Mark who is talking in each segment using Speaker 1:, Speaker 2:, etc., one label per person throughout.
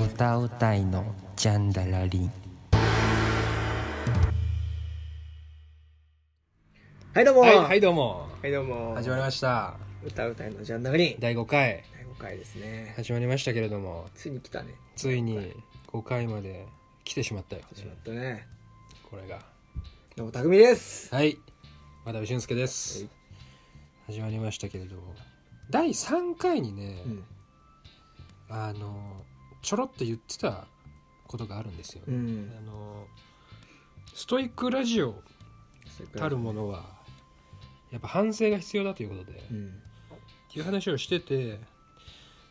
Speaker 1: 歌うたいのジャンダラリン
Speaker 2: はいどうも、
Speaker 3: はい、はい、どうも。
Speaker 2: はいどうも
Speaker 3: 始まりました。
Speaker 2: 歌うたいのジャンダガリン
Speaker 3: 第5回、
Speaker 2: 第5回ですね
Speaker 3: 始まりましたけれども、
Speaker 2: ついに来たね
Speaker 3: ついに5回まで来てしまったよ、
Speaker 2: 始まったね
Speaker 3: これが。
Speaker 2: どうもたくみです
Speaker 3: はい、渡部俊介です、始まりましたけれども、第3回にね、
Speaker 2: うん
Speaker 3: あの、ちょろっと言ってたことがあるんですよ
Speaker 2: う
Speaker 3: ね。
Speaker 2: ん
Speaker 3: あの、ストイックラジオたるものは、やっぱ反省が必要だということで、
Speaker 2: うん
Speaker 3: っていう話をしてて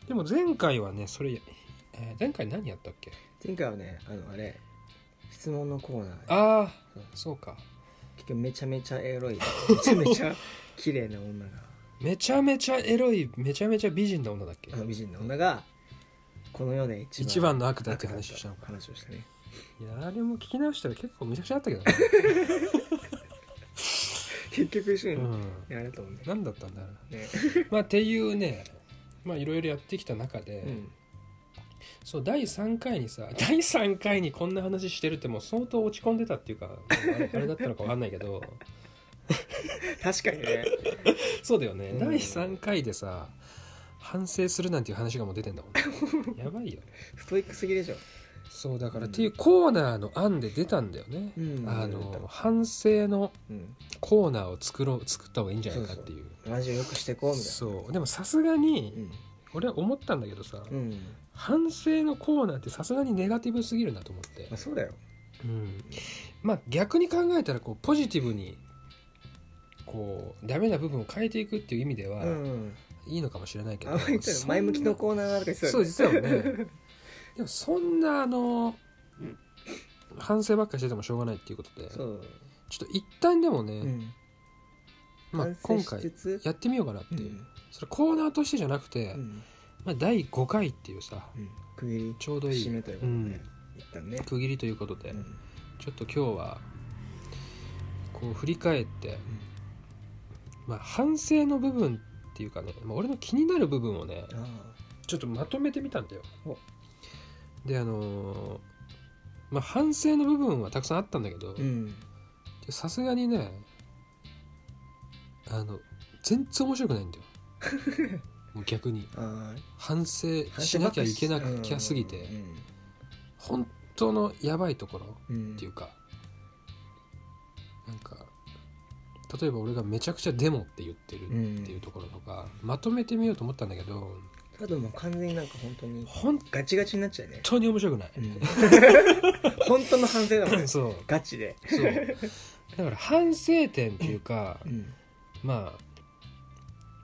Speaker 3: でも前回はねそれ、えー前回何やったっけ
Speaker 2: 前回はねあのあれ質問のコーナー
Speaker 3: ああそうか
Speaker 2: 結局めちゃめちゃエロいめちゃめちゃ綺麗な女が
Speaker 3: めちゃめちゃエロいめちゃめちゃ美人な女だっけ
Speaker 2: あの美人の女がこの世で一番
Speaker 3: 一番の悪だって話をしたのか
Speaker 2: 話をしたね
Speaker 3: いやあれも聞き直したら結構めちゃくちゃあったけどね、
Speaker 2: 結局一緒に、
Speaker 3: う
Speaker 2: ね
Speaker 3: ん、
Speaker 2: あれだと思うね
Speaker 3: 何だったんだろ
Speaker 2: ね
Speaker 3: うまあっていうねまあいろいろやってきた中で、
Speaker 2: うん
Speaker 3: そう第3回にさ 第3回にこんな話してるってもう相当落ち込んでたっていうかあれあれだったのか分かんないけど
Speaker 2: 確かにね
Speaker 3: そうだよね、
Speaker 2: うん
Speaker 3: 第3回でさ反省するなんていう話がもう出てんだもん ねやばいよね
Speaker 2: ストイックすぎでしょ
Speaker 3: そうだから、
Speaker 2: うん
Speaker 3: っていうコーナーの案で出たんだよね、
Speaker 2: うん
Speaker 3: あの反省の
Speaker 2: うん
Speaker 3: コーナーを作ろう作った方がいいんじゃないかっていう
Speaker 2: ラジオよくしてこうみたい
Speaker 3: そうでもさすがに、
Speaker 2: な
Speaker 3: 俺は思ったんだけどさ、
Speaker 2: うん、うん
Speaker 3: 反省のコーナーってさすがにネガティブすぎるなと思って
Speaker 2: まあ、、そうだよ
Speaker 3: うん、まあ逆に考えたらこうポジティブにこうダメな部分を変えていくっていう意味では、
Speaker 2: うん
Speaker 3: いいのかもしれないけ
Speaker 2: あ
Speaker 3: ど
Speaker 2: んまり言ったら前向きのコーナーとか言ってた
Speaker 3: そうですよね。でもそんなあの反省ばっかりしててもしょうがないっていうことで、ち
Speaker 2: そ
Speaker 3: ょ
Speaker 2: う、
Speaker 3: っと一旦でもね、
Speaker 2: うん、
Speaker 3: まあ
Speaker 2: 反省
Speaker 3: 今
Speaker 2: し
Speaker 3: 回
Speaker 2: つつ
Speaker 3: やってみようかなっていう。
Speaker 2: うん
Speaker 3: それコーナーとしてじゃなくて、
Speaker 2: うん
Speaker 3: まあ第5回っていうさ、
Speaker 2: うん、区切
Speaker 3: ちょうど
Speaker 2: り
Speaker 3: い
Speaker 2: 締め
Speaker 3: い
Speaker 2: ということで、ね一旦ね、
Speaker 3: 区切りということで、
Speaker 2: うん
Speaker 3: ちょっと今日はこう振り返って、まあ反省の部分っていうかね、まあ、俺の気になる部分をね、
Speaker 2: あ
Speaker 3: ちょっとまとめてみたんだよ
Speaker 2: お
Speaker 3: であのーまあ反省の部分はたくさんあったんだけど
Speaker 2: あうん
Speaker 3: さすがにねあの全然面白くない んだよもう逆に
Speaker 2: あ
Speaker 3: 反省
Speaker 2: あ
Speaker 3: しなきゃいけな
Speaker 2: うん
Speaker 3: きゃすぎて
Speaker 2: うん
Speaker 3: 本当のやばいところ
Speaker 2: うん
Speaker 3: っていうかなんか例えば俺がめちゃくちゃデモって言ってるっていうところとかまとめてみようと思ったんだけど
Speaker 2: ただもう完全になんか本当に
Speaker 3: 本
Speaker 2: ガチガチになっちゃうね、
Speaker 3: 当に面白くな
Speaker 2: う
Speaker 3: い
Speaker 2: ん、 本当の反省だ もんね
Speaker 3: そう
Speaker 2: ガチで、
Speaker 3: そうだから反省点っていうか
Speaker 2: うん、
Speaker 3: まあ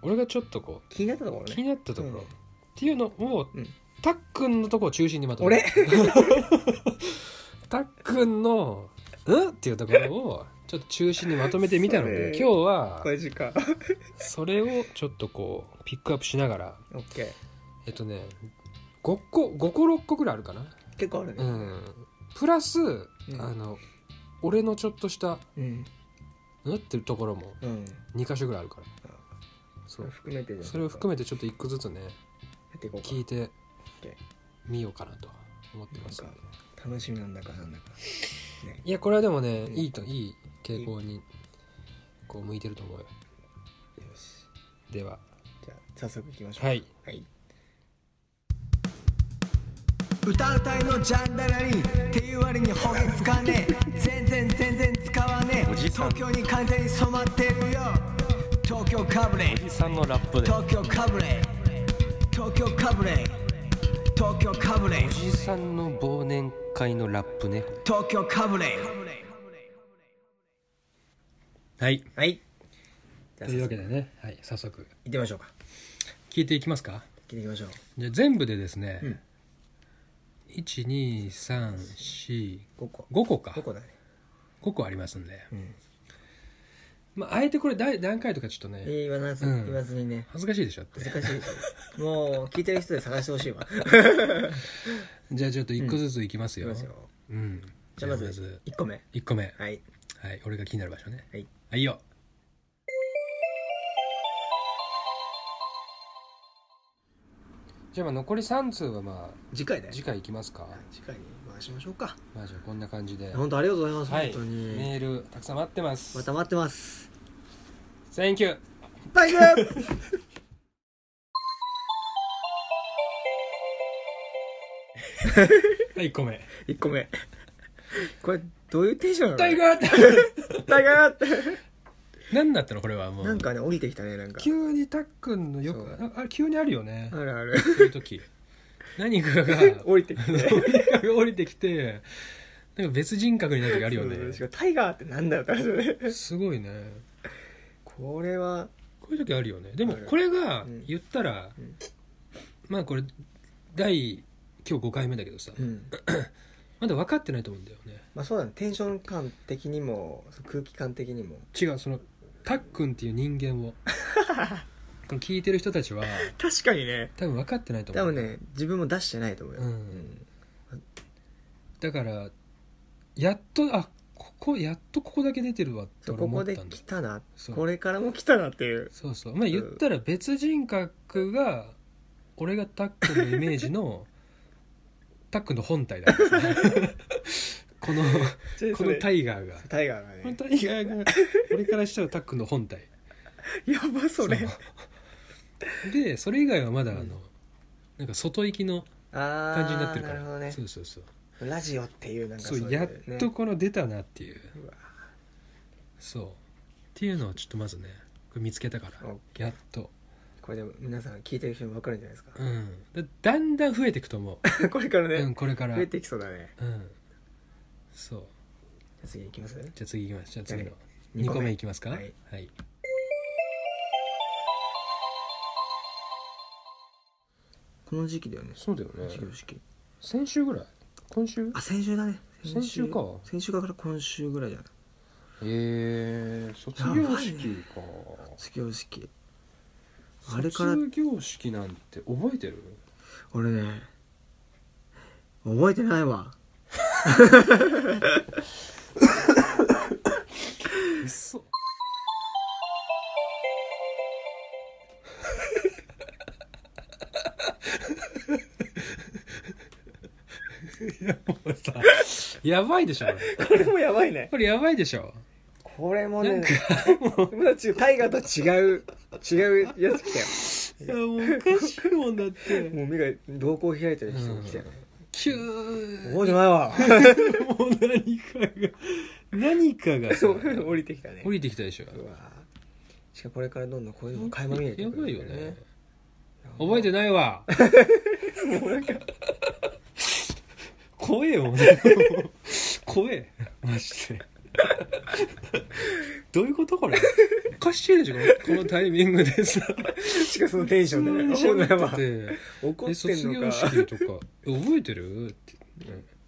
Speaker 3: 俺がちょっとこう
Speaker 2: 気になったところ
Speaker 3: 気に
Speaker 2: ね
Speaker 3: なったところ、
Speaker 2: うん
Speaker 3: っていうのを、
Speaker 2: うん
Speaker 3: たっくんのとこを中心にまとめ
Speaker 2: 俺
Speaker 3: て たっくんの「うん?」っていうところをちょっと中心にまとめてみたので、
Speaker 2: それ
Speaker 3: 今日は
Speaker 2: これ時間
Speaker 3: それをちょっとこうピックアップしながら
Speaker 2: オッケー
Speaker 3: えっとね5個5個6個ぐらいあるかな
Speaker 2: 結構ある
Speaker 3: う
Speaker 2: ね
Speaker 3: んプラス、あの俺のちょっとした
Speaker 2: うん
Speaker 3: 「うん?」っていうところも
Speaker 2: うん
Speaker 3: 2箇所ぐらいあるから
Speaker 2: あそ
Speaker 3: そ
Speaker 2: れ
Speaker 3: う
Speaker 2: 含めてじゃん
Speaker 3: それを含めてちょっと一個ずつね
Speaker 2: やっていこうか
Speaker 3: 聞いてみようかなと思ってますんで
Speaker 2: なん楽しみなんだかなんだかね
Speaker 3: いやこれはでもね
Speaker 2: うん
Speaker 3: いいといい傾向にこう向いてると思うよ
Speaker 2: よし
Speaker 3: では
Speaker 2: じゃあ早速いきましょう
Speaker 3: はい
Speaker 2: はい
Speaker 4: 歌うたいのジャンダラリンっていう割にほげつかねえ全然全然使わねえ東京に完全に染まってるよ東京かぶれ
Speaker 5: さんのラップで
Speaker 4: 東京かぶれ東京かぶれ東京かぶれ
Speaker 5: おじさんの忘年会のラップね
Speaker 4: 東京かぶれ
Speaker 3: はい
Speaker 2: はいじゃあ
Speaker 3: というわけでねはい早速
Speaker 2: 行ってみましょうか
Speaker 3: 聞いていきますか
Speaker 2: 行ってみましょう
Speaker 3: じゃあ全部でですね
Speaker 2: うん
Speaker 3: 12345
Speaker 2: 5個
Speaker 3: 個か
Speaker 2: 5個だね
Speaker 3: 5個ありますんで
Speaker 2: うん
Speaker 3: まああえてこれだい何回とかちょっと
Speaker 2: え
Speaker 3: ね
Speaker 2: ー言わなず
Speaker 3: うん
Speaker 2: 言わずにね
Speaker 3: 恥ずかしいでしょって
Speaker 2: 恥ずかしいもう聞いてる人で探してほしいわ
Speaker 3: じゃあちょっと一個ずついきます
Speaker 2: いき
Speaker 3: よ
Speaker 2: ますよ
Speaker 3: うん
Speaker 2: じゃあまず1個目
Speaker 3: 1個目
Speaker 2: はい
Speaker 3: はい俺が気になる場所ね
Speaker 2: はい
Speaker 3: はいよじゃあまあ残り3通はま
Speaker 2: 次回だ
Speaker 3: あ
Speaker 2: よ
Speaker 3: 次回いきますか
Speaker 2: 次回に回しましょうか
Speaker 3: まあじゃあこんな感じで
Speaker 2: 本当ありがとうございます、
Speaker 3: はい
Speaker 2: 本当に、
Speaker 3: メールたくさん待ってます
Speaker 2: また待ってます
Speaker 3: Thank you
Speaker 2: バイク
Speaker 3: はい1個目
Speaker 2: 1個目これどういうテンションなの
Speaker 3: タイ
Speaker 2: ー
Speaker 3: ガー
Speaker 2: タイガーって
Speaker 3: 何だったのこれはもう
Speaker 2: なんかね降りてきたねなんか
Speaker 3: 急にたっくんのよく
Speaker 2: そ
Speaker 3: ああ急にあるよね
Speaker 2: ある ある
Speaker 3: そういう時何かが
Speaker 2: 降りてきて
Speaker 3: 降りてきてなんか別人格になる時あるよ
Speaker 2: そう
Speaker 3: ね
Speaker 2: しかもタイガーってなんだよって話だね
Speaker 3: すごいね
Speaker 2: これは
Speaker 3: こういう時あるよねでも
Speaker 2: ある
Speaker 3: これが
Speaker 2: うん
Speaker 3: 言ったら、
Speaker 2: うん
Speaker 3: まあこれ第今日5回目だけどさ、
Speaker 2: うん
Speaker 3: まだ分かってないと思うんだよね
Speaker 2: まあそうだねテンション感的にもそう空気感的にも
Speaker 3: 違うそのたっくんっていう人間を この聞いてる人たちは
Speaker 2: 確かにね
Speaker 3: 多分分かってないと思
Speaker 2: 多
Speaker 3: う
Speaker 2: 分ね自分も出してないと思うよ、
Speaker 3: うん
Speaker 2: うん
Speaker 3: だからやっとあここやっとここだけ出てるわって
Speaker 2: そう
Speaker 3: 俺
Speaker 2: こ
Speaker 3: 思
Speaker 2: こ
Speaker 3: ったんだよ
Speaker 2: で来たな
Speaker 3: そう
Speaker 2: これからも来たなっていう
Speaker 3: そうそうまあ言ったら別人格が俺がタックンのイメージ のタックンの本体だから このこのタ
Speaker 2: イ
Speaker 3: イガーが
Speaker 2: タイガーが
Speaker 3: この
Speaker 2: ね
Speaker 3: タイガーが俺からしたらタックンの本体
Speaker 2: やばそれ
Speaker 3: そうでそれ以外はまだあの、なんか外行きの
Speaker 2: あ
Speaker 3: 感じになってるか
Speaker 2: な
Speaker 3: ら
Speaker 2: るほどね
Speaker 3: そうそうそう
Speaker 2: ラジオっていうなんか
Speaker 3: そう
Speaker 2: い
Speaker 3: やっ
Speaker 2: ね
Speaker 3: とこの出たなっていう
Speaker 2: うわ
Speaker 3: そうっていうのをちょっとまずねこれ見つけたから
Speaker 2: オッ
Speaker 3: やっと
Speaker 2: これでも皆さん聞いてる人も分かるんじゃないです
Speaker 3: うんだだんだん増えていくと思
Speaker 2: かこれから
Speaker 3: う、うん、
Speaker 2: ね
Speaker 3: これから
Speaker 2: 増えていきそうだね
Speaker 3: うんそう
Speaker 2: じゃあ次いきます
Speaker 3: じゃあ次いきますじゃあ次の
Speaker 2: はい
Speaker 3: 2個目いきますか
Speaker 2: はい
Speaker 3: はい、
Speaker 2: この時期だよね
Speaker 3: そうだよね
Speaker 2: 授業式
Speaker 3: 先週ぐらい今週
Speaker 2: あ先週だね
Speaker 3: 先週か
Speaker 2: 先週から今週ぐらいじゃない
Speaker 5: えー、卒
Speaker 2: やばいね
Speaker 5: か
Speaker 2: 卒業式あれから
Speaker 5: 業式なんて覚えてる
Speaker 2: 俺ね覚えてないわ
Speaker 3: うそ いやもうさやばいでしょこれ
Speaker 2: これもやばいね
Speaker 3: これやばいでしょ
Speaker 2: これもねまだ違う大河と違う違うやつ来たよ
Speaker 3: いやもうおかしいもんだって
Speaker 2: もう目が瞳孔開いてる人来たよね
Speaker 3: 急
Speaker 2: 覚えてないわ
Speaker 3: もう何かが何かが さ
Speaker 2: そう降りてきたね
Speaker 3: 降りてきたでしょ
Speaker 2: うわしかもこれからどんどんこういうのも垣間見えて
Speaker 3: や
Speaker 2: く
Speaker 3: ば
Speaker 2: る
Speaker 3: い
Speaker 2: ん
Speaker 3: よ
Speaker 2: だ
Speaker 3: ね覚えてないわ
Speaker 2: もうなんか
Speaker 3: 怖えよ怖えマジでどういうことこれおかしいでしょこのこのタイミングでさ
Speaker 2: しかもそのテンションでね
Speaker 3: 喋
Speaker 2: 覚えてないわ
Speaker 3: ってて
Speaker 2: 怒
Speaker 3: え
Speaker 2: って
Speaker 3: 卒
Speaker 2: ん
Speaker 3: 業
Speaker 2: のか
Speaker 3: 式とか覚えてるって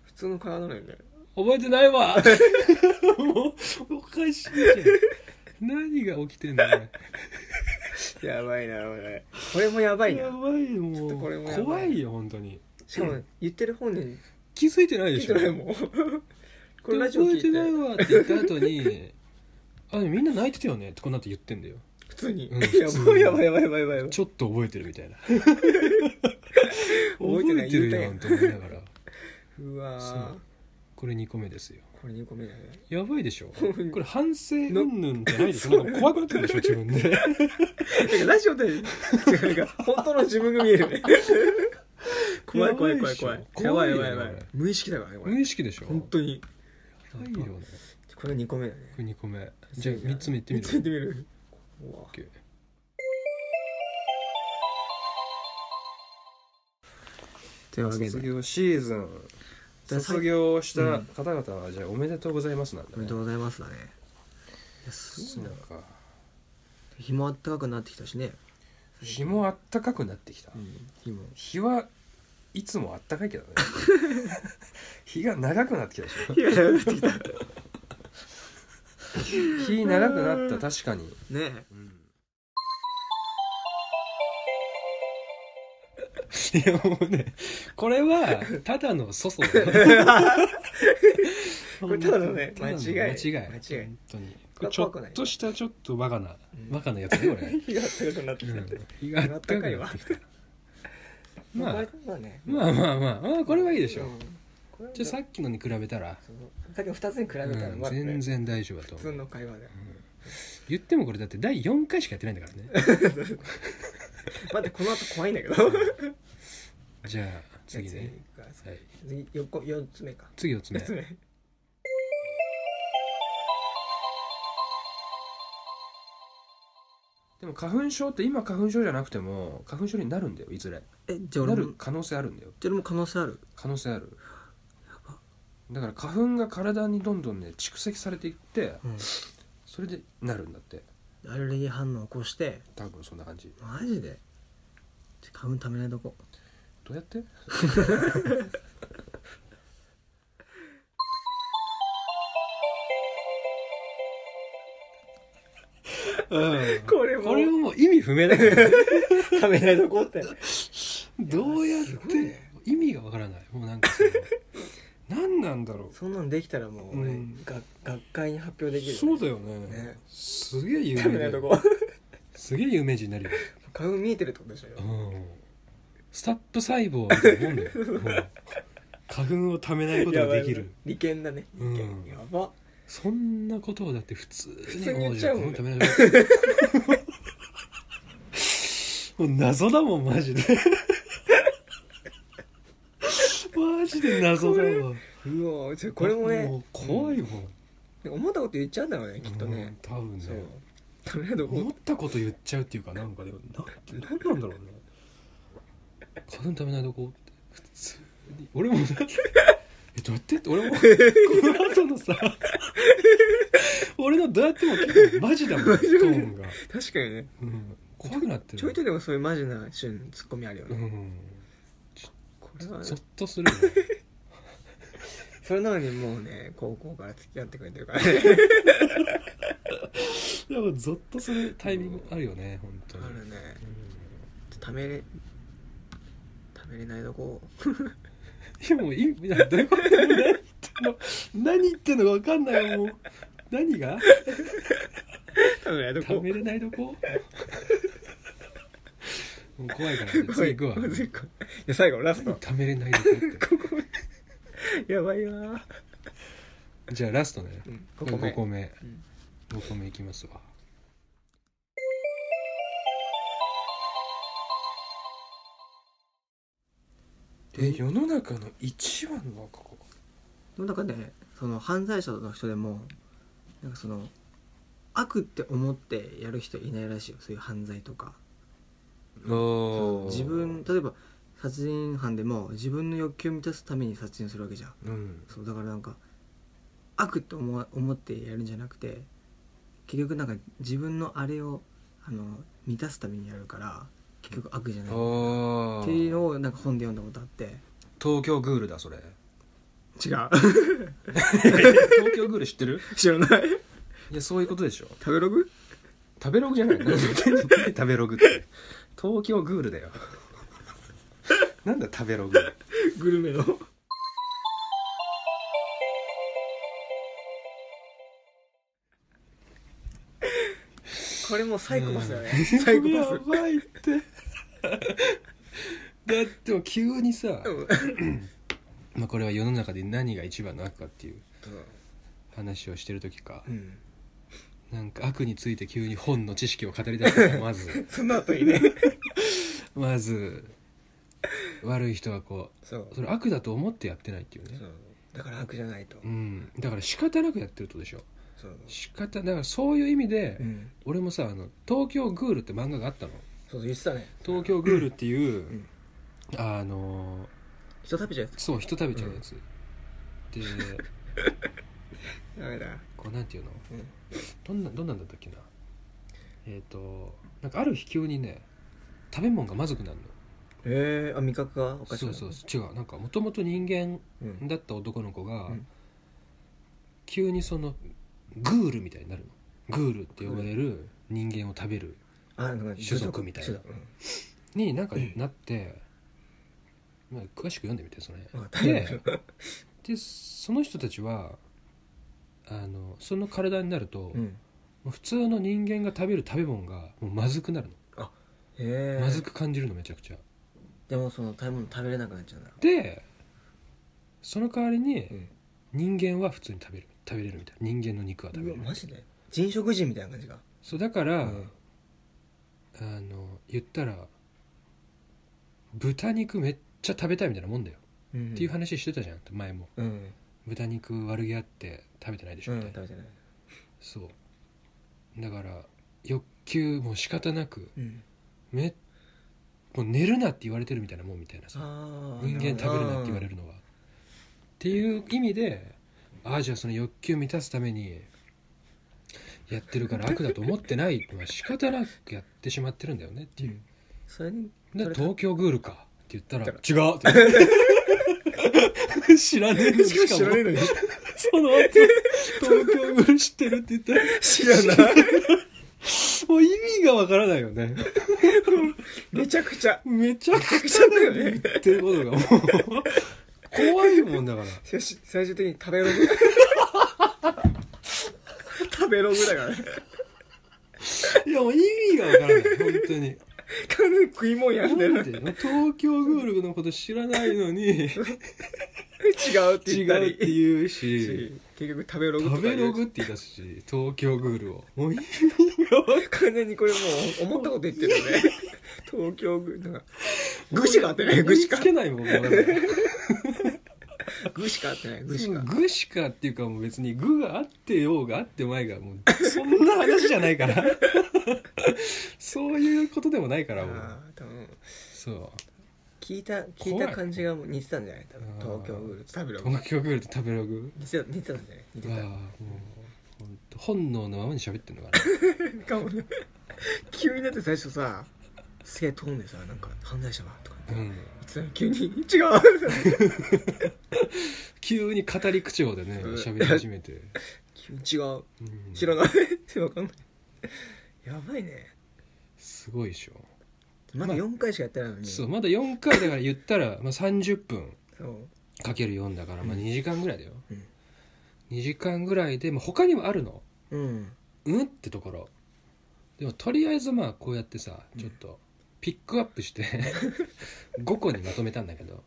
Speaker 2: 普通の会話なのよね
Speaker 3: 覚えてないわ もうおかしいじゃん何が起きてんだこれ
Speaker 2: やばいなこれこれもやばい
Speaker 3: や
Speaker 2: な
Speaker 3: ばいよも
Speaker 2: ちょっとこれも
Speaker 3: う
Speaker 2: やばい
Speaker 3: 怖いよ本当に
Speaker 2: しかも言ってる本人
Speaker 3: 気づいてないで
Speaker 2: 聞い
Speaker 3: しょ
Speaker 2: てないもんこれ
Speaker 3: で
Speaker 2: ラジオ
Speaker 3: 覚
Speaker 2: 聞
Speaker 3: え
Speaker 2: い
Speaker 3: てない
Speaker 2: て
Speaker 3: わって言った後に「あみんな泣いてたよね」ってこの後言ってんだ よ
Speaker 2: 普通に
Speaker 3: うん
Speaker 2: いやもうやばいやばいやばいやばいやばい
Speaker 3: ちょっと覚えてるみたいな
Speaker 2: 覚えて
Speaker 3: 覚
Speaker 2: な
Speaker 3: え
Speaker 2: い
Speaker 3: て
Speaker 2: 言
Speaker 3: る
Speaker 2: うたや
Speaker 3: や
Speaker 2: ん
Speaker 3: んと思いながら
Speaker 2: うわー
Speaker 3: そうこれ2個目ですよ
Speaker 2: これ2個目だね
Speaker 3: やばいでしょこれ反省うんぬんじゃないで すなんか怖くなってくるでしょ自分で
Speaker 2: なんかラジオで違うなんか本当の自分が見え るね怖い怖い怖い怖い
Speaker 3: や
Speaker 2: や
Speaker 3: ば
Speaker 2: ば
Speaker 3: いっしょ
Speaker 2: いや
Speaker 3: 怖い
Speaker 2: ばいやば
Speaker 3: よね
Speaker 2: い無意識だからねこ
Speaker 3: 無
Speaker 2: れ
Speaker 3: 意識でしょ
Speaker 2: 本当に
Speaker 3: やばいよね
Speaker 2: これ2個目だね
Speaker 3: これ2個目じゃあ3つ目いってみる
Speaker 2: 見てみるうわ
Speaker 3: OK
Speaker 2: というわけ
Speaker 5: 卒
Speaker 2: で
Speaker 5: 業シーズン
Speaker 2: だ
Speaker 5: 卒業した方々はじゃあおめでとうございますなんだ
Speaker 2: おめ
Speaker 5: ね
Speaker 2: でとうございますだねいやす
Speaker 5: そ
Speaker 2: ご
Speaker 5: う
Speaker 2: いな
Speaker 5: か
Speaker 2: 日もあったかくなってきたしね
Speaker 5: 日もあったかくなってきた
Speaker 2: 日も
Speaker 5: 日はいつもあったかいけど ね日が長くなってきたでしょ
Speaker 2: 日が長くなってきたね
Speaker 5: 日長くなった確かに
Speaker 2: え
Speaker 3: いやもうねこれはただの粗相 こ
Speaker 2: これただのね
Speaker 3: ただの
Speaker 2: 間違い
Speaker 3: 間違い
Speaker 2: 間違い
Speaker 3: 本当に
Speaker 2: これは
Speaker 3: ちょ
Speaker 2: 怖くない
Speaker 3: っとしたちょっとバカな
Speaker 2: うん
Speaker 3: バカなやつねこれ
Speaker 2: 日があったかくなってきた
Speaker 3: 日があったかいわ。まあ
Speaker 2: まあまあね
Speaker 3: まあまあまあまあこれはいいでしょ
Speaker 2: うんこれは
Speaker 3: じゃあさっきのに比べたら、
Speaker 2: そのさっきの2つに比べた
Speaker 3: う
Speaker 2: ら
Speaker 3: ん
Speaker 2: まあ
Speaker 3: 全然大丈夫だと
Speaker 2: 普
Speaker 3: 思
Speaker 2: 通
Speaker 3: う
Speaker 2: の会話で
Speaker 3: 言ってもこれだって第4回しかやってないんだからね
Speaker 2: 待ってこの後怖いんだけど じ
Speaker 3: じゃ
Speaker 2: ゃ
Speaker 3: あ
Speaker 2: あ
Speaker 3: 次
Speaker 2: 次行
Speaker 3: ね、
Speaker 2: くか
Speaker 3: はい、
Speaker 2: 次横4つ目か
Speaker 3: 次4つ目
Speaker 2: 4つ目
Speaker 5: でも花粉症って今花粉症じゃなくても花粉症になるんだよいずれ
Speaker 2: えじゃあ
Speaker 5: な
Speaker 2: 俺も
Speaker 5: る可能性あるんだよ
Speaker 2: じゃあ俺も可能性ある
Speaker 5: 可能性あるだから花粉が体にどんどんね蓄積されていって、
Speaker 2: うん
Speaker 5: それでなるんだって
Speaker 2: アレルギー反応起こして
Speaker 5: 多分そんな感じ
Speaker 2: マジでちょ花粉ためないとこ
Speaker 5: どうやって
Speaker 2: これ
Speaker 3: これはもう意味不明だからね
Speaker 2: ためないとこって
Speaker 3: どうやって意味がわからないもうなんかその何なんだろ
Speaker 2: そんなんできたらもう俺、
Speaker 3: うん
Speaker 2: が学会に発表で
Speaker 3: う
Speaker 2: きる
Speaker 3: そうだよね
Speaker 2: ね
Speaker 3: すげえ有
Speaker 2: ため
Speaker 3: 名
Speaker 2: ない
Speaker 3: だ
Speaker 2: と
Speaker 3: よ
Speaker 2: こ
Speaker 3: すげえ有名人になるよ
Speaker 2: 花粉見えてるってことでしょ
Speaker 3: うんスタップ細胞みたいなもんだようん花粉をためないことができ
Speaker 2: やば
Speaker 3: る
Speaker 2: い利権だね利権、
Speaker 3: うん
Speaker 2: やば
Speaker 3: そんなことをだって普通に
Speaker 2: 通に言っちゃうもんね
Speaker 3: もうじゃあ花粉食べない もう謎だもんマジで マジで謎だわ
Speaker 2: うわちょこれも
Speaker 3: もう
Speaker 2: ね
Speaker 3: 怖いもん、
Speaker 2: 思ったこと言っちゃうんだろうねきっと
Speaker 3: うん
Speaker 2: ね、
Speaker 3: 多分
Speaker 2: そ
Speaker 3: ね
Speaker 2: うためないとこ
Speaker 3: 思ったこと言っちゃうっていうかなんかでもななんなんだろうね花粉食べないとこって普通に俺もだってえどうやってって俺もこの後の さ俺のどうやっても結構マジだもんトーンが、
Speaker 2: 確かにね
Speaker 3: うん、怖くなってる
Speaker 2: ちょいちょいでもそういうマジな瞬のツッコミあるよ
Speaker 3: う
Speaker 2: ね、
Speaker 3: ん
Speaker 2: これは
Speaker 3: ゾッとするよね
Speaker 2: それなのにもうね高校から付き合ってくれてるからね
Speaker 3: でもゾッとするタイミングあるよね本当に
Speaker 2: あるねためれためれないとこ
Speaker 3: いやもう意味ないどういうこと何言ってんの何言ってんのか分かんないよもう何が
Speaker 2: ためれないと
Speaker 3: 食
Speaker 2: こ
Speaker 3: べれないと こもう怖いから、ね、次行くわ
Speaker 2: 次行くわいや最後ラスト
Speaker 3: 食べれないとこっ
Speaker 2: やばいわ
Speaker 3: てじゃあラストね、
Speaker 2: うん
Speaker 3: 五
Speaker 2: 五個目
Speaker 3: 5個目、
Speaker 2: うん
Speaker 3: 五個目いきますわ
Speaker 5: え世の中の一番の若子
Speaker 2: なんだかねその犯罪者の人でもなんかその悪って思ってやる人いないらしいよそういう犯罪とか自分例えば殺人犯でも自分の欲求を満たすために殺人するわけじゃん
Speaker 5: うん
Speaker 2: そうだからなんか悪って思わ思ってやるんじゃなくて結局なんか自分のあれをあの満たすためにやるから結局悪じゃないっ
Speaker 5: あ
Speaker 2: ていうのをなんか本で読んだことあって
Speaker 5: 東京グールだそれ
Speaker 2: 違う
Speaker 5: 東 京グール知ってる
Speaker 2: 知らない
Speaker 5: いやそういうことでしょ
Speaker 2: 食べログ
Speaker 5: 食べログじゃ ない何食べログって東京グールだよなんだ食べログ
Speaker 2: グルメのこれもうサイコパスだねサイコパ
Speaker 3: やばいってだってもう急にさ、
Speaker 2: ス
Speaker 3: まあ、これは世の中で何が一番の悪かっていう話をしてる時か、
Speaker 2: うん
Speaker 3: なんか悪について急に本の知識を語り出す のまず
Speaker 2: その後にね
Speaker 3: まず悪い人はこ
Speaker 2: そう
Speaker 3: うそれ悪だと思ってやってないっていうね
Speaker 2: そうだから悪じゃないと
Speaker 3: うん、だから仕方なくやってるってことでしょ
Speaker 2: そう
Speaker 3: 仕方だからそういう意味で、
Speaker 2: うん
Speaker 3: 俺もさあの「東京グール」って漫画があったの
Speaker 2: そうそう言ってたね
Speaker 3: 東京グールっていう、
Speaker 2: ん
Speaker 3: あのー
Speaker 2: 人食べちゃうやつ
Speaker 3: そう人食べちゃうやつ、で
Speaker 2: ダメだ
Speaker 3: こうなんていうの、
Speaker 2: うん
Speaker 3: どんなどんなんだったっけなえっ、となんかある日急にね食べ物がまずくなるの
Speaker 2: えー、あ味覚がおかし
Speaker 3: そ
Speaker 2: く
Speaker 3: うそうそう違うなんかもともと人間
Speaker 2: うん
Speaker 3: だった男の子が、
Speaker 2: うん
Speaker 3: 急にそのグールみたいになるのグールって呼ばれる人間を食べる、
Speaker 2: あなんか
Speaker 3: 種族みたいな
Speaker 2: 種族うん
Speaker 3: になんかなって、まあ、詳しく読んでみてそれ
Speaker 2: わかった
Speaker 3: ででその人たちはあのその体になると、も
Speaker 2: うん
Speaker 3: う普通の人間が食べる食べ物がもうまずくなるの、
Speaker 2: えー、
Speaker 3: まずく感じるのめちゃくちゃ
Speaker 2: でもその食べ物食べれなくなっちゃうんだ
Speaker 3: でその代わりに
Speaker 2: ん
Speaker 3: 人間は普通に食べる食べれるみたい人間の肉は食べれる
Speaker 2: うわマジで人食人みたいな感じが
Speaker 3: そうだから、
Speaker 2: ん
Speaker 3: あの言ったら豚肉めっちゃ食べたいみたいなもんだよ、
Speaker 2: っ
Speaker 3: っていう話してたじゃん前も
Speaker 2: うん
Speaker 3: 豚肉悪気あって食べてないでしょ
Speaker 2: うん
Speaker 3: みたいな、
Speaker 2: 食べてない
Speaker 3: そうだから欲求も仕方なく
Speaker 2: うん
Speaker 3: めもう寝るなって言われてるみたいなもんみたいなさ
Speaker 2: あ
Speaker 3: 人間食べるなって言われる
Speaker 2: る
Speaker 3: のはっていう意味でああじゃあその欲求満たすためにやってるから悪だと思ってないのは仕方なくやってしまってるんだよねっていう、
Speaker 2: それに
Speaker 3: で
Speaker 2: それ
Speaker 3: 東京グールかって言ったら「違う!」って 知らねえのにしかも
Speaker 2: のに
Speaker 3: その後東京グール知ってるって言ったら
Speaker 2: 知らない
Speaker 3: もう意味がわからないよね
Speaker 2: めちゃくちゃ
Speaker 3: めちゃく
Speaker 2: く
Speaker 3: ち
Speaker 2: ち
Speaker 3: ゃ
Speaker 2: ゃ
Speaker 3: だ
Speaker 2: だ
Speaker 3: よ
Speaker 2: よ
Speaker 3: ね言
Speaker 2: ね
Speaker 3: ってることがもう怖いもんだから
Speaker 2: よし最終的に食べログ食べログだからね
Speaker 3: いやもう意味がわからない本当に
Speaker 2: 完全に食い物やんで
Speaker 3: な
Speaker 2: る
Speaker 3: んで東京グールのこと知らないのに
Speaker 2: 違うって
Speaker 3: 違
Speaker 2: 言った
Speaker 3: う
Speaker 2: り
Speaker 3: って言うし
Speaker 2: 結局食べログとか
Speaker 3: 食べ
Speaker 2: 言うし
Speaker 3: ログって言ったし東京グールをもういい
Speaker 2: 完全にこれもう思ったこと言ってるよね東京グなんか具しか合ってない具しか
Speaker 3: 追いつけないもんもうだから
Speaker 2: 具しか合ってない具しか
Speaker 3: 具しかっていうかもう別に具があってようがあってまいがもうそんな話じゃないから そういうことでもないからもう
Speaker 2: あー多分
Speaker 3: そ
Speaker 2: 聞いた聞い
Speaker 3: 怖い
Speaker 2: た感じがもう似てたんじゃない多分東京グールと食べ
Speaker 3: う
Speaker 2: ログ
Speaker 3: 東京グールと食べログ
Speaker 2: 似てた似てたんじゃない似
Speaker 3: あ
Speaker 2: て
Speaker 3: あもうほんと本能のままに喋ってんのかな
Speaker 2: たかもね 急にだって最初さすげえトーンでさなんか犯罪者はとか
Speaker 3: うん、
Speaker 2: いつの間に急に 違う
Speaker 3: 急に語り口調でね
Speaker 2: うん
Speaker 3: 喋り始めて、
Speaker 2: 急に違う
Speaker 3: うん
Speaker 2: 知らないわかんない やばいね
Speaker 3: すごいでしょ、
Speaker 2: まだ4回しかやってないのに
Speaker 3: そうまだ4回だから言ったらまあ30分
Speaker 2: そう
Speaker 3: かける4だから、まあ、2時間ぐらいだよ、
Speaker 2: うん
Speaker 3: 2時間ぐらいで、まあ、他にもあるの
Speaker 2: うん
Speaker 3: うんってところでもとりあえずまあこうやってさちょっとピックアップして 5個にまとめたんだけど、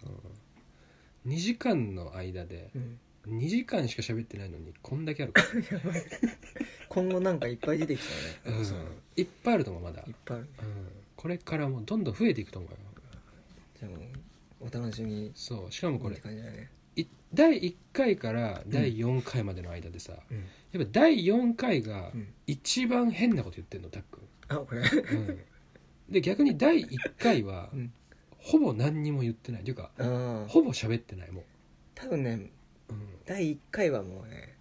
Speaker 3: 2時間の間で
Speaker 2: うん
Speaker 3: 2時間しか喋ってないのにこんだけあるから
Speaker 2: 今後なんかいっぱい出てきたよね、
Speaker 3: うん
Speaker 2: そう
Speaker 3: いっぱいあると思うまだ
Speaker 2: いっぱいあるね
Speaker 3: うんこれからもどんどん増えていくと思うよ
Speaker 2: じゃあもうお楽しみに
Speaker 3: そうしかもこ
Speaker 2: っ
Speaker 3: れ
Speaker 2: て感じだね
Speaker 3: い第1回から第4回までの間でさ、
Speaker 2: うん
Speaker 3: やっぱ第4回が
Speaker 2: うん
Speaker 3: 一番変なこと言ってんのタッ ク
Speaker 2: あこ れ
Speaker 3: ン、うんで逆に第1回は、
Speaker 2: うん
Speaker 3: ほぼ何にも言ってないというか
Speaker 2: ああ
Speaker 3: ほぼ喋ってないも
Speaker 2: 多分ね
Speaker 3: う、
Speaker 2: 第1回はもうね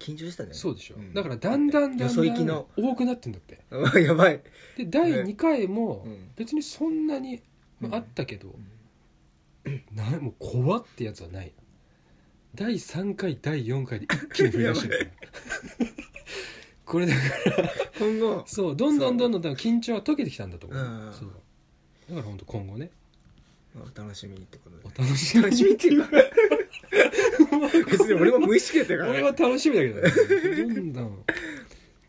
Speaker 2: 緊張してたね
Speaker 3: そうでしょ、
Speaker 2: ん
Speaker 3: だからだんだんだんだ
Speaker 2: よそ行き
Speaker 3: ん
Speaker 2: の
Speaker 3: 多くなってんだって
Speaker 2: あやばい
Speaker 3: で第2回も
Speaker 2: うん
Speaker 3: 別にそんなに、ま
Speaker 2: うん
Speaker 3: あ、あったけど、なもう怖ってやつはない第3回第4回で一気に振り出してるから これだから
Speaker 2: 今後
Speaker 3: そうどんどんどんどん多分緊張は解けてきたんだと思う,、
Speaker 2: うん
Speaker 3: そうだから本当今後ね
Speaker 2: お楽しみにってことで
Speaker 3: お楽しみ
Speaker 2: 楽しみって いうか別に俺も無意識やったからね
Speaker 3: 俺は楽しみだけどねどんどん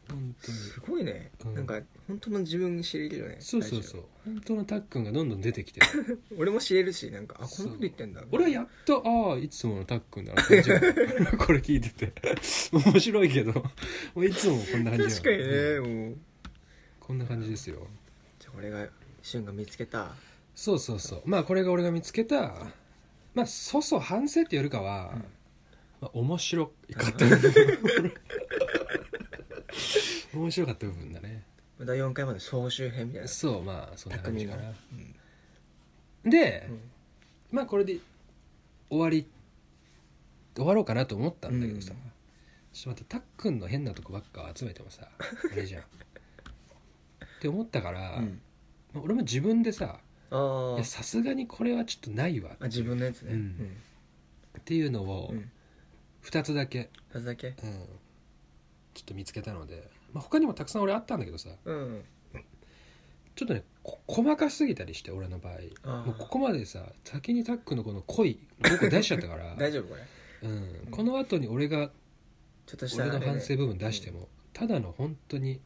Speaker 3: 本当に
Speaker 2: すごいね、
Speaker 3: うん
Speaker 2: なんか本当の自分知れるよね
Speaker 3: そうそうそ
Speaker 2: 最
Speaker 3: う本当のたっくんがどんどん出てきてる
Speaker 2: 初俺も知れるしなんかあこんなこと言ってんだ
Speaker 3: 俺はやっとああいつものたっくんだなって感じだ これ聞いてて面白いけどもういつもこんな感じ
Speaker 2: 確かにね、
Speaker 3: うん
Speaker 2: もう
Speaker 3: こんな感じですよ
Speaker 2: じゃあ俺が俊が見つけた
Speaker 3: そうそうそうまあこれが俺が見つけたまあ粗相反省っていうよりかは、まあ、面白かった部分 面白かった部分だね
Speaker 2: 第4回まで総集編みたいな
Speaker 3: そうまあそんな感じかな
Speaker 2: 匠、
Speaker 3: で、
Speaker 2: ん
Speaker 3: まあこれで終わり終わろうかなと思ったんだけどさ、
Speaker 2: うん
Speaker 3: ちょっと待ってたっくんの変なとこばっか集めてもさあ れじゃんって思ったから、
Speaker 2: うん
Speaker 3: まあ俺も自分でさ
Speaker 2: あ
Speaker 3: いや
Speaker 2: ー
Speaker 3: さすがにこれはちょっとないわ
Speaker 2: あ自分のやつね
Speaker 3: う
Speaker 2: うんん
Speaker 3: っていうのを
Speaker 2: うん
Speaker 3: 2つだけ、
Speaker 2: それだけ
Speaker 3: うんちょっと見つけたので、まあ、他にもたくさん俺あったんだけどさ
Speaker 2: うん
Speaker 3: ちょっとねこ細かすぎたりして俺の場合
Speaker 2: あー
Speaker 3: もうここまでさ先にタックのこの恋僕出しちゃったから
Speaker 2: 大丈夫これ
Speaker 3: うん、この後に俺が
Speaker 2: ちょっとした
Speaker 3: 俺の
Speaker 2: あれね
Speaker 3: 反省部分出しても、ただの本当に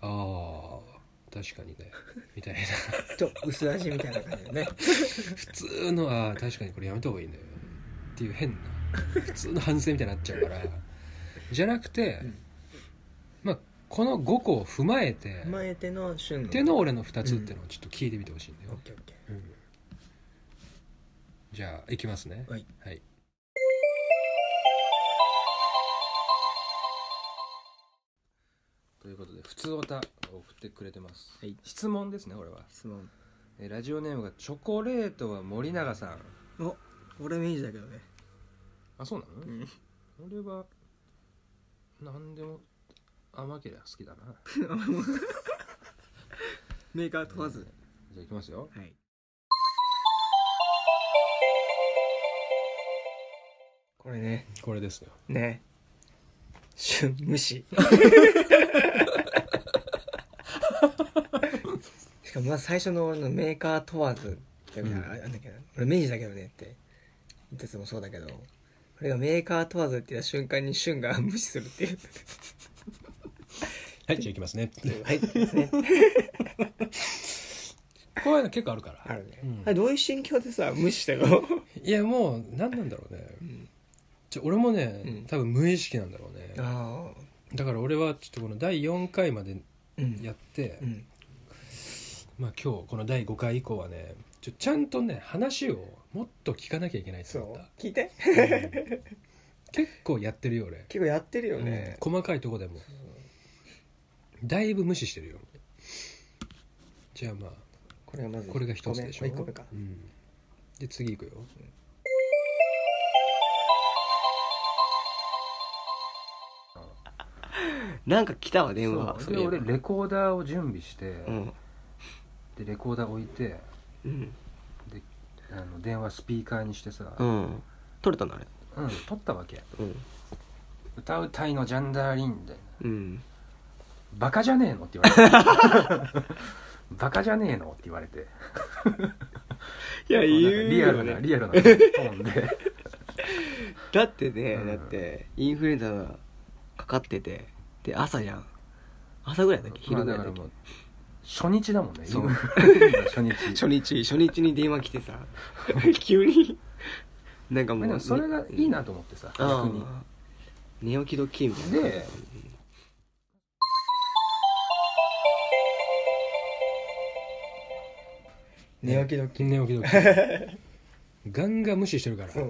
Speaker 3: ああ確かにねみたいな
Speaker 2: ちょっと薄味みたいな感じでね
Speaker 3: 普通のあー確かにこれやめた方がいいんだよっていう変な普通の反省みたいになっちゃうからじゃなくて、
Speaker 2: ん
Speaker 3: まあこの5個を踏まえて
Speaker 2: 踏まえての旬の
Speaker 3: っていうのを俺の2つっていうのをちょっと聞いてみてほしいんだ
Speaker 2: オッ
Speaker 3: よ、
Speaker 2: ケーオッケー
Speaker 3: うんじゃあいきますね
Speaker 2: はい、
Speaker 5: ということで普通おたを送ってくれてます、
Speaker 2: はい
Speaker 5: 質問ですね俺は
Speaker 2: 質問
Speaker 5: えーラジオネームがチョコレートは森永さん
Speaker 2: お俺明治だけどね
Speaker 5: あそうなの、
Speaker 2: うん
Speaker 5: 俺は何でも甘けりゃ好きだな
Speaker 2: メーカー問わず、
Speaker 5: じゃあいきますよ
Speaker 2: はいこれね
Speaker 3: これですよ
Speaker 2: ね旬無 視しかもまず最初の俺のメーカー問わずって、
Speaker 3: うん
Speaker 2: あなんだっけな俺明治だけどねって言ったやつもそうだけど俺がメーカー問わずって言った瞬間に旬が無視するっていう
Speaker 3: はいじゃあいきますね
Speaker 2: はいですね
Speaker 3: こういうの結構あるから
Speaker 2: あるね、
Speaker 3: うん
Speaker 2: あれどういう心境でさ無視したの
Speaker 3: いやもう何なんだろうね、じゃ俺もね、
Speaker 2: うん
Speaker 3: 多分無意識なんだろうね
Speaker 2: ああ
Speaker 3: だから俺はちょっとこの第4回まで
Speaker 2: うん
Speaker 3: やって、
Speaker 2: うん
Speaker 3: まあ、今日この第5回以降はねちょちゃんとね話をもっと聞かなきゃいけないと
Speaker 2: そ
Speaker 3: 思っ
Speaker 2: う
Speaker 3: た
Speaker 2: 聞いて
Speaker 3: 結構やってるよ俺、
Speaker 2: 結構やってるよね、
Speaker 3: うん細かいとこでもだいぶ無視してるよじゃあまあ
Speaker 2: これがまず
Speaker 3: これが一つでしょ
Speaker 2: 1個目か
Speaker 3: うん、で次いくよ、
Speaker 2: なんか来たわ電話
Speaker 5: で俺レコーダーを準備して、
Speaker 2: うん
Speaker 5: でレコーダー置いて
Speaker 2: うん
Speaker 5: であの電話スピーカーにしてさ、
Speaker 2: うん取れたのあれ
Speaker 5: うん撮ったわけ
Speaker 2: うん
Speaker 5: 歌うたいのジャンダーリンみたいな
Speaker 2: うん
Speaker 5: バカじゃねえのって言われ てバカじゃねえのって言われて
Speaker 2: いや言うよ、ね、
Speaker 5: リアルなリアルなトーンで
Speaker 2: だってね、
Speaker 5: うん
Speaker 2: だってインフルエンザがかかっててで朝じゃん朝ぐらいだっけ
Speaker 5: まあ
Speaker 2: 昼ぐらいだっけ、
Speaker 5: もう初日だもんね
Speaker 2: そ う
Speaker 5: 今初日
Speaker 2: 初日初日に電話来てさ 急になんか
Speaker 5: まあ
Speaker 2: もう
Speaker 5: でもそれがいいなと思ってさ逆に
Speaker 2: ああ寝起きドッキリみたいな
Speaker 5: で
Speaker 2: 寝起きドッキ
Speaker 3: 寝起きドキ ガンガン無視してるから
Speaker 2: そ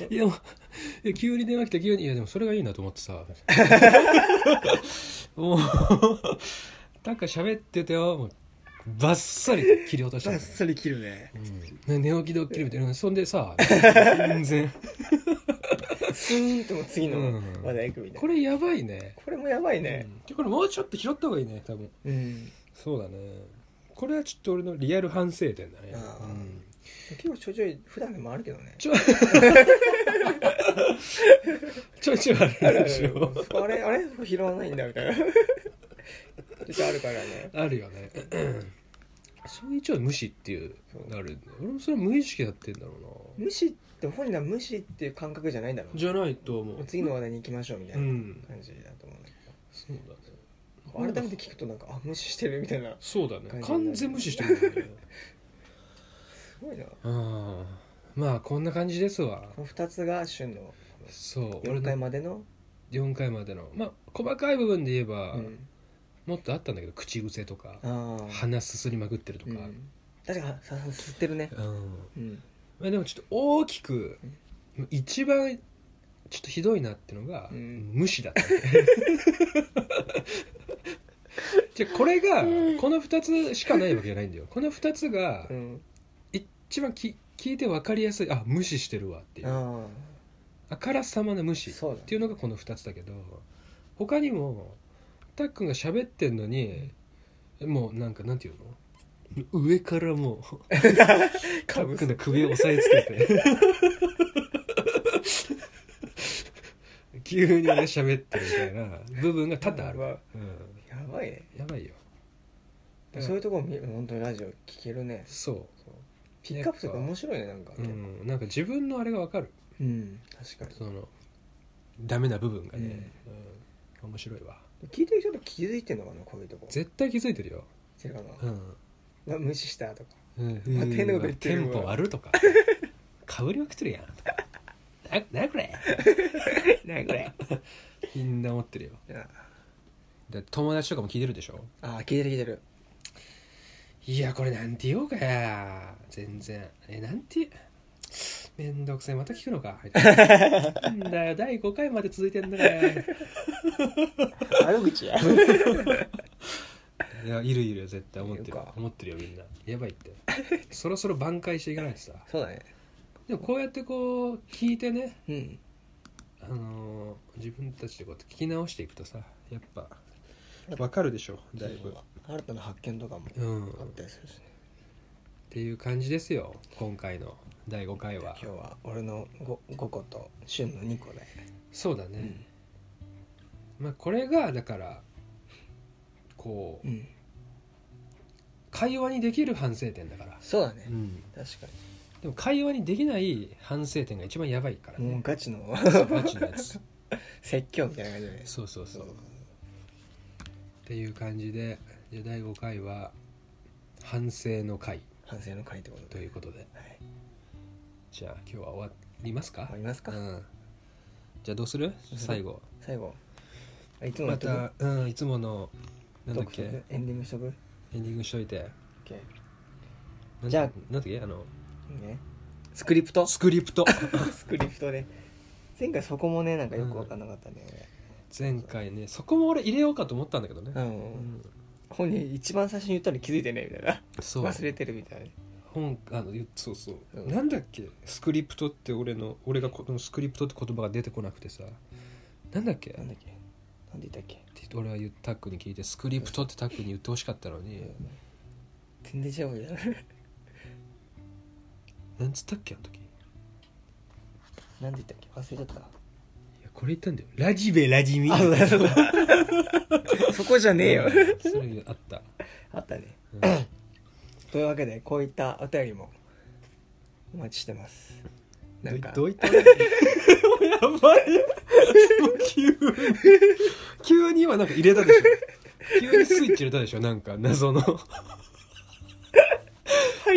Speaker 2: う
Speaker 3: いやもういや急に電話来て急にいやでもそれがいいなと思って さもうなんか喋っててよもうバッサリ切り落とした、
Speaker 2: バッサリ切るね
Speaker 3: うん寝起きドッキリみたいなそんでさ全然
Speaker 2: スーンとも次
Speaker 3: う
Speaker 2: の
Speaker 3: ん
Speaker 2: 話題行くみたいな
Speaker 3: これやばいね、
Speaker 2: これもやばいね
Speaker 3: うんこれもうちょっと拾った方がいいね多分
Speaker 2: うん
Speaker 3: そうだねこれはちょっと俺のリアル反省点だね
Speaker 2: あー
Speaker 3: うん
Speaker 2: 結構ちょいちょい普段でもあるけどね
Speaker 3: ちょちょいちょいあるでしょ
Speaker 2: あれあれ拾わないんだみたいなちょっとあるからね
Speaker 3: あるよね そういうちょい無視っていうのあるんだよ俺もそれ無意識やってんだろうな
Speaker 2: 無視って本人は無視っていう感覚じゃないんだろうね
Speaker 3: じゃないと思
Speaker 2: もう
Speaker 3: う
Speaker 2: 次の話題に行きましょうみたいうなん感じだと思うんだけ
Speaker 3: そうだね
Speaker 2: ど改めて聞くとなんかあ無視してるみたいな
Speaker 3: そうだね
Speaker 2: 完
Speaker 3: 完
Speaker 2: 全
Speaker 3: 全
Speaker 2: に
Speaker 3: 無視してるんだよね
Speaker 2: すごい な
Speaker 3: ああまあこんな感じですわ
Speaker 2: この2つが旬の
Speaker 3: そう俺
Speaker 2: 4回
Speaker 3: の
Speaker 2: までの
Speaker 3: 4回までのまあ細かい部分で言えば、
Speaker 2: うん
Speaker 3: もっとあったんだけど口癖とか
Speaker 2: ああ
Speaker 3: 鼻すすりまくってると
Speaker 2: う
Speaker 3: か、
Speaker 2: ん確かにさ吸ってるね
Speaker 3: うん
Speaker 2: うん
Speaker 3: まあ、でもちょっと大きく一番ちょっとひどいなってのが、
Speaker 2: うん
Speaker 3: 無視だった ねじゃあこれがこの2つしかないわけじゃないんだよこの2つが
Speaker 2: うん
Speaker 3: 一番き聞いて分かりやすいあ無視してるわっていうあ
Speaker 2: あ
Speaker 3: からさまな無視っ
Speaker 2: そうだね
Speaker 3: ていうのがこの2つだけど他にもたっくんが喋ってんのにもうなんかなんていうの上からもう
Speaker 2: あ
Speaker 3: カック
Speaker 2: す
Speaker 3: の首を押さえつけて 急に俺喋ってるみたいな部分が多々ある、
Speaker 2: やば
Speaker 3: うん
Speaker 2: やばいね
Speaker 3: やばいよだか
Speaker 2: そ
Speaker 3: ら
Speaker 2: ういうとこも本当にラジオ聞けるね
Speaker 3: そう
Speaker 2: ピックアップとか面白いねなんか
Speaker 3: うん、なんか自分のあれがわかる
Speaker 2: うん確かに
Speaker 3: そのダメな部分がね、うん面白いわ
Speaker 2: 聞いてる人って気づいてんのかなこういうとこ
Speaker 3: 絶対気づいてるよ
Speaker 2: 違うか
Speaker 3: う
Speaker 2: な
Speaker 3: ん
Speaker 2: な無視したとか
Speaker 3: うん
Speaker 2: まあ天の声言って
Speaker 3: テ
Speaker 2: るわ
Speaker 3: ンポ割るとかかぶりまくってるやんとかななこれ
Speaker 2: 何これ
Speaker 3: みんな思ってるよで友達とかも聞いてるでしょ
Speaker 2: ああ聞いてる聞いてる
Speaker 3: いやこれなんて言おうかや全然えなんてめんどくせえまた聞くのかみたいななんだよ第5回まで続いてんだからい
Speaker 2: 悪口 や
Speaker 3: やいるいる絶対思って
Speaker 2: い
Speaker 3: る
Speaker 2: るか
Speaker 3: 思ってるよみんなやばいってそろそろ挽回していかないとさ
Speaker 2: そうだね
Speaker 3: でもこうやってこう聞いてね
Speaker 2: うん
Speaker 3: あのー自分たちでこうやって聞き直していくとさやっぱわかるでしょだいぶ
Speaker 2: 新たな発見とかも
Speaker 3: うんっ
Speaker 2: あったりするしね
Speaker 3: ていう感じですよ今回の第5回は
Speaker 2: 今日は俺の 5, 個と旬の2個で、
Speaker 3: そうだね、まあこれがだからこう
Speaker 2: うん、
Speaker 3: 会話にできる反省点だから、
Speaker 2: そうだね
Speaker 3: うん、
Speaker 2: 確か
Speaker 3: でも会話にできない反省点が一番やばいから
Speaker 2: にも
Speaker 3: ね
Speaker 2: うガ チの
Speaker 3: ガチのや つ
Speaker 2: 説教みたいな感じで
Speaker 3: そうそうそう
Speaker 2: そう
Speaker 3: っていう感じでじゃあ第5回は反省の回
Speaker 2: 反省の回ってこと
Speaker 3: と
Speaker 2: で
Speaker 3: いうことで
Speaker 2: はい
Speaker 3: じゃあ今日は終わりますか
Speaker 2: 終わりますか
Speaker 3: うん、じゃあどうする
Speaker 2: うする
Speaker 3: 最後
Speaker 2: 最後あいつもや
Speaker 3: ま
Speaker 2: っとく
Speaker 3: た、うん、いつものなんだっけ
Speaker 2: トークしとくエンディングしとく
Speaker 3: エンディングしといて
Speaker 2: OK
Speaker 3: なん
Speaker 2: じゃあ
Speaker 3: なんだっけあの
Speaker 2: いいねスクリプト
Speaker 3: スクリプト
Speaker 2: スクリプトで前回そこもねなんかよく分かんなかったね
Speaker 3: 前回ねそこも俺入れようかと思ったんだけどね、
Speaker 2: 俺、う、
Speaker 3: うんん
Speaker 2: 本人一番最初に言ったの気づいてねみたいな
Speaker 3: そう
Speaker 2: 忘れてるみたいな
Speaker 3: 本あのゆそうそう、
Speaker 2: うん
Speaker 3: なんだっけスクリプトって俺の俺がこのスクリプトって言葉が出てこなくてさなんだっけ
Speaker 2: なんだっけなんで言ったっけ
Speaker 3: って俺は言ったタックに聞いてスクリプトってタックに言ってほしかったのに、
Speaker 2: 全然違 うじゃん
Speaker 3: なんつったっけあの時い
Speaker 2: なんで言ったっけ忘れちゃった
Speaker 3: やこれ言ったんだよラジベラジミ
Speaker 2: あそうだそこじゃねえよ
Speaker 3: それあった
Speaker 2: あったね、
Speaker 3: うん
Speaker 2: というわけでこういったお便りもお待ちしてますなんか
Speaker 3: どういったやばい 急に 急に今なんか入れたでしょ急にスイッチ入れたでしょなんか謎の
Speaker 2: 入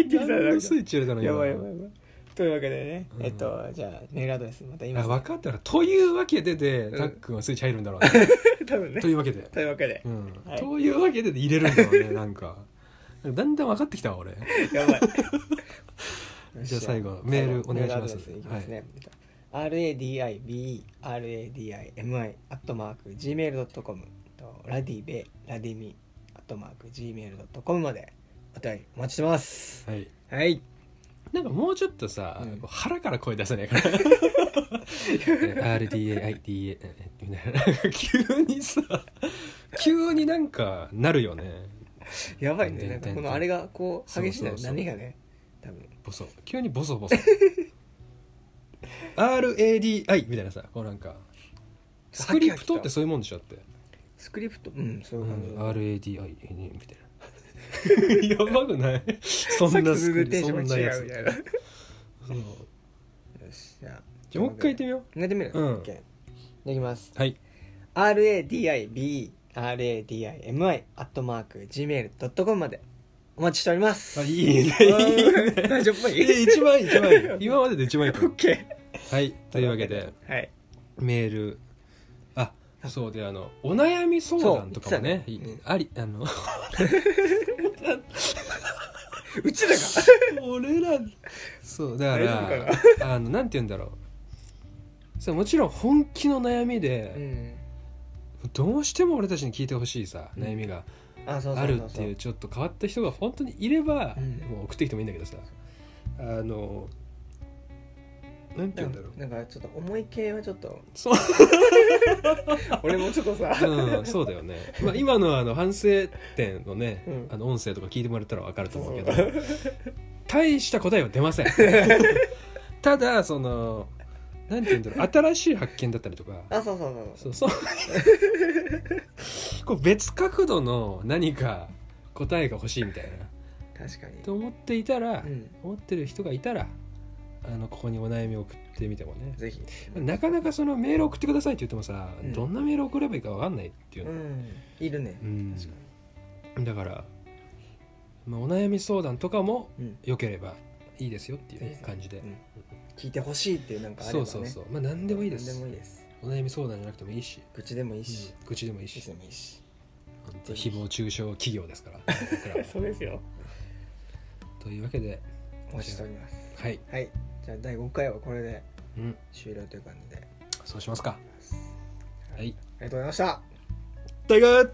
Speaker 2: ってきた
Speaker 3: 何
Speaker 2: ななん
Speaker 3: の
Speaker 2: か
Speaker 3: スイッチ入れたの今
Speaker 2: やばいやばいやばいというわけでね、
Speaker 3: うん
Speaker 2: えっとじゃあメールアドレスまた今
Speaker 3: あ分かったらというわけでで
Speaker 2: うん
Speaker 3: たっくんはスイッチ入るんだろうね
Speaker 2: 多分ね
Speaker 3: というわけで
Speaker 2: というわけで
Speaker 3: うん
Speaker 2: はい
Speaker 3: というわけでで入れるんだろう ねなんかだんだん分かってきたわ俺
Speaker 2: やばい
Speaker 3: じゃあ最後メールお願いします
Speaker 2: メールアドレスいきますね、RADIBERADIMI アットマーク Gmail.com とラディベラディミアットマーク Gmail.com までお便りお待ちしてます
Speaker 3: はい
Speaker 2: はい
Speaker 3: なんかもうちょっとさ、
Speaker 2: うん
Speaker 3: こう腹から声出せない から RDAIDA みたいな 急にさ急になんかなるよね
Speaker 2: やばいね
Speaker 3: 点
Speaker 2: なんか
Speaker 3: 点
Speaker 2: この
Speaker 3: 点
Speaker 2: あれがこう激しいな
Speaker 3: そうそうそう
Speaker 2: 波がね多分
Speaker 3: ボソ急にボソボ ソ RADI みたいなさこうなんかスクリプトってそういうもんでしょって、
Speaker 2: スクリプトうんそう
Speaker 3: う
Speaker 2: いう感じ
Speaker 3: ん、RADI みたいな やばくないそんなスクリ
Speaker 2: テンシ
Speaker 3: そ
Speaker 2: ョン
Speaker 3: んな
Speaker 2: 違
Speaker 3: や
Speaker 2: う
Speaker 3: つ
Speaker 2: みたいなよ
Speaker 3: そう
Speaker 2: しじゃあ
Speaker 3: じゃあもう一回言ってみよう
Speaker 2: やってみる
Speaker 3: うん
Speaker 2: OK できます
Speaker 3: はい
Speaker 2: RADIBERADIMI アットマーク Gmail.com までお待ちしております
Speaker 3: あいいねいいね
Speaker 2: 大丈夫っぽい
Speaker 3: え一番いい一番いい 今までで一番いいと思う
Speaker 2: OK
Speaker 3: はいというわけで
Speaker 2: はい
Speaker 3: メールあそうであのお悩み相談とかもね
Speaker 2: そう言ってたね
Speaker 3: いありあの
Speaker 2: うちらが
Speaker 3: 俺らそうだから
Speaker 2: 大丈
Speaker 3: あのなんて言うんだろうそうもちろん本気の悩み
Speaker 2: う
Speaker 3: で、
Speaker 2: ん
Speaker 3: どうしても俺たちに聞いてほしいさ
Speaker 2: うん
Speaker 3: 悩みが
Speaker 2: あそうそ
Speaker 3: あ
Speaker 2: う
Speaker 3: る
Speaker 2: そ
Speaker 3: っ
Speaker 2: う
Speaker 3: て
Speaker 2: そ
Speaker 3: いう
Speaker 2: う
Speaker 3: ちょっと変わった人が本当にいれば、
Speaker 2: うん
Speaker 3: もう送ってきてもいいんだけどさあのなんて言うんだろう
Speaker 2: なんかちょっと重い系はちょっと
Speaker 3: そう
Speaker 2: 俺もちょっとさ
Speaker 3: うん、そうだよ ね、まあ、今のあの反省点のね、
Speaker 2: うん
Speaker 3: あの音声とか聞いてもらったら分かると思うけど
Speaker 2: そう
Speaker 3: 大した答えは出 ませんただそのなんて言うんだろう新しい発見だったりとか
Speaker 2: あそうそうそう
Speaker 3: そうそうこ う別角度の何か答えが欲しいみたいな
Speaker 2: 確かに
Speaker 3: と思っていたら、
Speaker 2: うん
Speaker 3: 思ってる人がいたらあのここにお悩みを送ってみてもね
Speaker 2: ぜひ
Speaker 3: なかなかそのメール送ってくださいって言ってもさ、
Speaker 2: うん
Speaker 3: どんなメール送ればいいかわかんないっていう
Speaker 2: う
Speaker 3: の、
Speaker 2: んいるね
Speaker 3: うんだから、まあ、お悩み相談とかも
Speaker 2: うん
Speaker 3: 良ければいいですよっていうね、
Speaker 2: うん
Speaker 3: 感じで、
Speaker 2: うん聞いてほしいっていうなんかあれば
Speaker 3: そ
Speaker 2: ね
Speaker 3: うそうそうまあ何でもいいです
Speaker 2: 何でもいいです
Speaker 3: お悩み相談じゃなくてもいいし、
Speaker 2: 愚痴でもいいし
Speaker 3: うん、愚痴でもいい
Speaker 2: いつ
Speaker 3: し
Speaker 2: でもいいし
Speaker 3: 本当誹謗中傷企業ですから僕 らは
Speaker 2: そうですよ
Speaker 3: というわけで
Speaker 2: お待ちしております
Speaker 3: はい、
Speaker 2: はいじゃあ第5回はこれで
Speaker 3: うん、
Speaker 2: 終了という感じで
Speaker 3: そうしますかはい
Speaker 2: ありがとうございました
Speaker 3: 大河